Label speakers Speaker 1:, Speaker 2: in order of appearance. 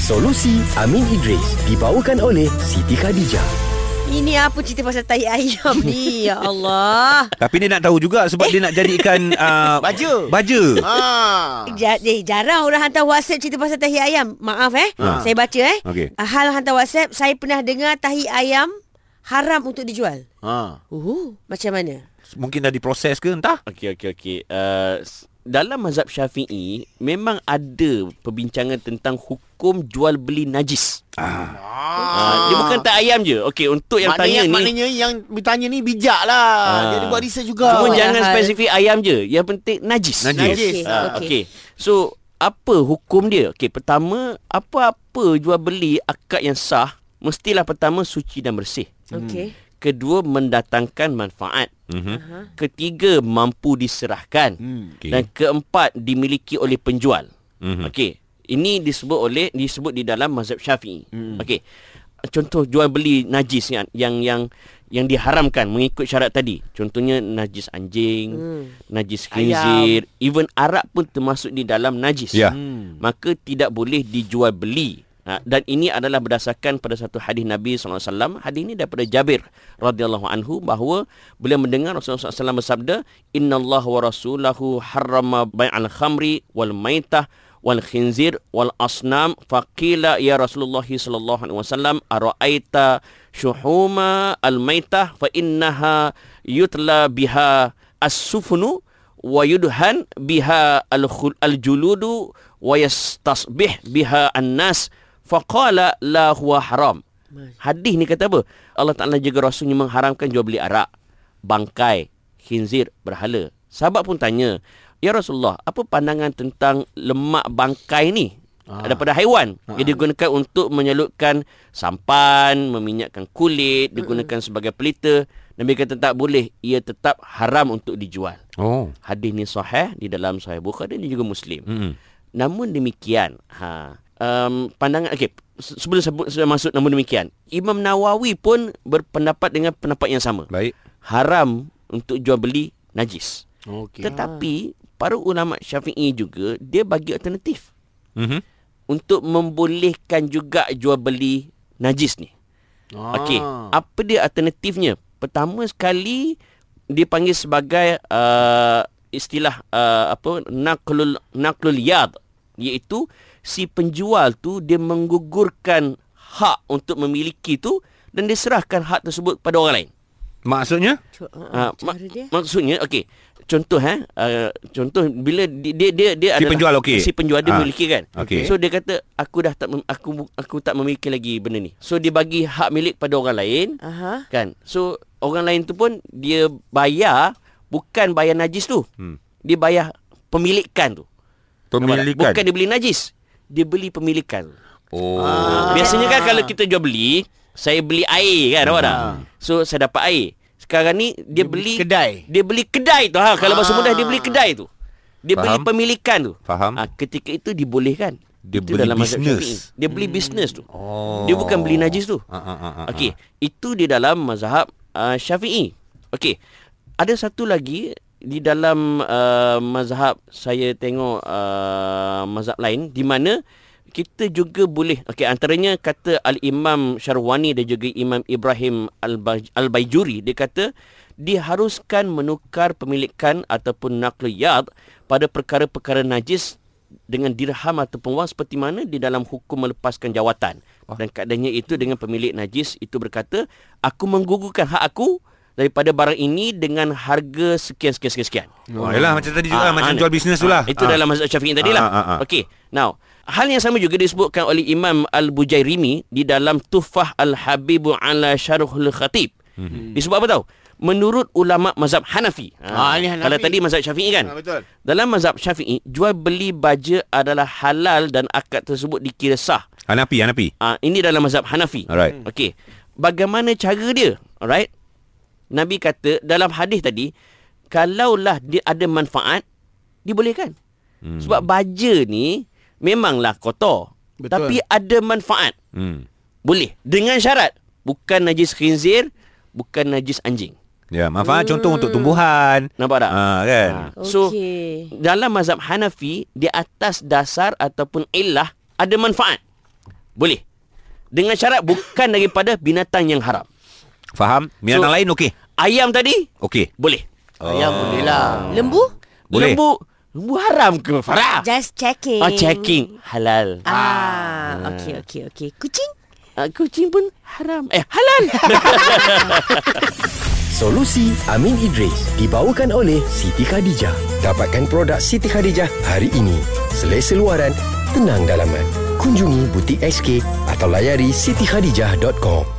Speaker 1: Solusi Amin Idris dibawakan oleh Siti Khadijah.
Speaker 2: Ini apa cerita pasal tahi ayam ni? Ya Allah.
Speaker 3: Tapi dia nak tahu juga sebab dia nak jadikan uh,
Speaker 4: Baja.
Speaker 3: Baja.
Speaker 4: Ah.
Speaker 2: Ja, eh, jarang orang hantar WhatsApp cerita pasal tahi ayam. Maaf eh.
Speaker 3: Ha.
Speaker 2: Saya baca eh.
Speaker 3: Okey.
Speaker 2: Ah, Hal hantar WhatsApp, saya pernah dengar tahi ayam haram untuk dijual.
Speaker 4: Ha.
Speaker 2: Uhu, macam mana?
Speaker 3: Mungkin dah diproses ke entah.
Speaker 4: Okey okey okey. Uh, s- dalam mazhab Syafi'i memang ada perbincangan tentang hukum jual beli najis. Ah. Uh, dia bukan tak ayam je. Okey untuk yang
Speaker 5: Maknanya,
Speaker 4: tanya ni
Speaker 5: maknanya yang bertanya ni bijak lah.
Speaker 4: Ah.
Speaker 5: Dia ada buat research juga.
Speaker 4: cuma
Speaker 2: Oh,
Speaker 4: jangan
Speaker 2: hal.
Speaker 4: spesifik ayam je. Yang penting najis.
Speaker 3: Najis.
Speaker 5: Najis.
Speaker 2: Okey,
Speaker 4: Ah,
Speaker 2: okey.
Speaker 4: okey. So apa hukum dia? Okey, pertama apa-apa jual beli akad yang sah mestilah pertama suci dan bersih.
Speaker 2: Okey.
Speaker 4: Kedua mendatangkan manfaat.
Speaker 3: Mhm.
Speaker 4: Ketiga mampu diserahkan. Hmm.
Speaker 3: Okey.
Speaker 4: Dan keempat dimiliki oleh penjual.
Speaker 3: Mhm.
Speaker 4: Okey. Ini disebut oleh disebut di dalam mazhab Syafi'i. Hmm. Okey. Contoh jual beli najis yang yang yang yang diharamkan mengikut syarat tadi. Contohnya najis anjing, hmm. najis khinzir, even arak pun termasuk di dalam najis.
Speaker 3: Ya.
Speaker 4: Hmm. Maka tidak boleh dijual beli. Ha, dan ini adalah berdasarkan pada satu hadis Nabi SAW. Hadis ini daripada Jabir radhiyallahu anhu bahawa beliau mendengar Rasulullah SAW bersabda, "Inna Allah wa rasulahu harrama bai'al khamri wal maitah wal khinzir wal asnam faqila ya Rasulullah sallallahu alaihi wasallam araaita shuhuma al maitah fa innaha yutla biha as-sufnu wa yudhan biha al-khul- al-juludu wa yastasbih biha an-nas faqala la huwa haram hadis ni kata apa Allah Taala jaga rasulnya mengharamkan jual beli arak bangkai khinzir berhala sahabat pun tanya ya Rasulullah apa pandangan tentang lemak bangkai ni daripada haiwan yang digunakan untuk menyalutkan sampan meminyakkan kulit digunakan sebagai pelita Nabi kata tak boleh ia tetap haram untuk dijual
Speaker 3: Oh.
Speaker 4: hadis ni sahih di dalam sahih Bukhari dan juga Muslim.
Speaker 3: Mm-mm.
Speaker 4: Namun demikian, ha um, pandangan okey se- sebelum sebut sebelum masuk namun demikian, Imam Nawawi pun berpendapat dengan pendapat yang sama.
Speaker 3: Baik.
Speaker 4: Haram untuk jual beli najis.
Speaker 5: Okey.
Speaker 4: Tetapi para ulama Syafi'i juga dia bagi alternatif
Speaker 3: Mhm.
Speaker 4: untuk membolehkan juga jual beli najis ni. Okey,
Speaker 5: Ah.
Speaker 4: apa dia alternatifnya? Pertama sekali dia panggil sebagai uh, istilah uh, apa naqlul naqlul yad iaitu si penjual tu dia menggugurkan hak untuk memiliki tu dan dia serahkan hak tersebut kepada orang lain.
Speaker 3: Maksudnya?
Speaker 2: Co-
Speaker 4: Ah,
Speaker 2: uh,
Speaker 4: mak-
Speaker 2: cara dia.
Speaker 4: Maksudnya okey. Contoh eh uh, contoh bila di- dia dia dia
Speaker 3: Si penjual okey.
Speaker 4: Si penjual dia
Speaker 3: Ah.
Speaker 4: memiliki kan.
Speaker 3: Okey.
Speaker 4: So dia kata aku dah tak mem- aku aku tak memiliki lagi benda ni. So dia bagi hak milik pada orang lain
Speaker 2: Aha.
Speaker 4: kan. So orang lain tu pun dia bayar bukan bayar najis tu. Hmm. Dia bayar pemilikan tu. Nampak tak?
Speaker 3: Pemilikan.
Speaker 4: Bukan dia beli najis. Dia beli pemilikan.
Speaker 3: Oh.
Speaker 4: Ah. Biasanya kan kalau kita jual beli, saya beli air kan, nampak tak?
Speaker 3: Hmm.
Speaker 4: So saya dapat air. Sekarang ni dia, dia beli
Speaker 5: kedai.
Speaker 4: Dia beli kedai tu. Ha, kalau bahasa mudah dia beli kedai tu. Dia Faham? beli
Speaker 3: Ah. Faham.
Speaker 4: pemilikan tu.
Speaker 3: Faham.
Speaker 4: Ha, ketika itu dibolehkan.
Speaker 3: Dia
Speaker 4: itu
Speaker 3: beli
Speaker 4: dalam mazhab
Speaker 3: bisnes.
Speaker 4: Syafi'i. Dia beli bisnes tu. Oh. Dia bukan beli najis tu.
Speaker 3: Ah, ah, ah, ah,
Speaker 4: Okey, itu di dalam mazhab uh, Syafi'i. Okey. Ada satu lagi di dalam uh, mazhab saya tengok uh, mazhab lain di mana kita juga boleh okey antaranya kata al-Imam Syarwani dan juga Imam Ibrahim Al-Baj- Al-Baijuri dia kata diharuskan menukar pemilikan ataupun naqliyat pada perkara-perkara najis dengan dirham ataupun wang seperti mana di dalam hukum melepaskan jawatan. Dan keadaannya itu dengan pemilik najis itu berkata, aku menggugurkan hak aku daripada barang ini dengan harga sekian sekian sekian sekian.
Speaker 3: Oh, yalah macam tadi juga
Speaker 4: Ah,
Speaker 3: macam
Speaker 4: ah,
Speaker 3: jual bisnes tu
Speaker 4: ah,
Speaker 3: lah.
Speaker 4: Itu
Speaker 3: Ah.
Speaker 4: dalam mazhab Syafi'i tadi lah.
Speaker 3: Ah, ah, ah.
Speaker 4: Okey. Now, hal yang sama juga disebutkan oleh Imam Al-Bujairimi di dalam Tufah Al-Habibu ala Syarhul Khatib.
Speaker 3: Mhm.
Speaker 4: Mm-hmm. Disebut apa tahu? Menurut ulama mazhab Hanafi.
Speaker 5: Ah, ni Hanafi.
Speaker 4: Kalau tadi mazhab Syafi'i kan?
Speaker 5: Ah, betul.
Speaker 4: Dalam mazhab Syafi'i, jual beli baja adalah halal dan akad tersebut dikira sah.
Speaker 3: Hanapi, Hanapi.
Speaker 4: Ah ini dalam mazhab Hanafi.
Speaker 3: Alright.
Speaker 4: Okey. Bagaimana cara dia? Alright. Nabi kata dalam hadis tadi, kalaulah dia ada manfaat, dibolehkan. Hmm. Sebab baja ni memanglah kotor.
Speaker 5: Betul.
Speaker 4: Tapi ada manfaat.
Speaker 3: Hmm.
Speaker 4: Boleh. Dengan syarat bukan najis khinzir, bukan najis anjing.
Speaker 3: Ya, manfaat contoh untuk tumbuhan.
Speaker 4: Hmm. Nampak tak?
Speaker 3: Ah, kan.
Speaker 4: Ah. So
Speaker 2: Okey.
Speaker 4: dalam mazhab Hanafi di atas dasar ataupun illah ada manfaat. Boleh. Dengan syarat bukan daripada binatang yang haram.
Speaker 3: Faham? Binatang
Speaker 4: So-
Speaker 3: lain okey.
Speaker 4: Ayam tadi
Speaker 3: Okey.
Speaker 4: boleh.
Speaker 5: Ayam boleh lah.
Speaker 4: ah.
Speaker 2: Lembu?
Speaker 3: Boleh.
Speaker 4: Lembu lembu haram ke Farah?
Speaker 2: Just checking.
Speaker 4: Oh checking halal.
Speaker 2: Ah, okey okey okey. Kucing?
Speaker 4: Ah, kucing pun haram. Eh halal.
Speaker 1: Solusi Amin Idris dibawakan oleh Siti Khadijah. Dapatkan produk Siti Khadijah hari ini. Selesa luaran, tenang dalaman. Kunjungi butik SK atau layari sitikhadijah.com.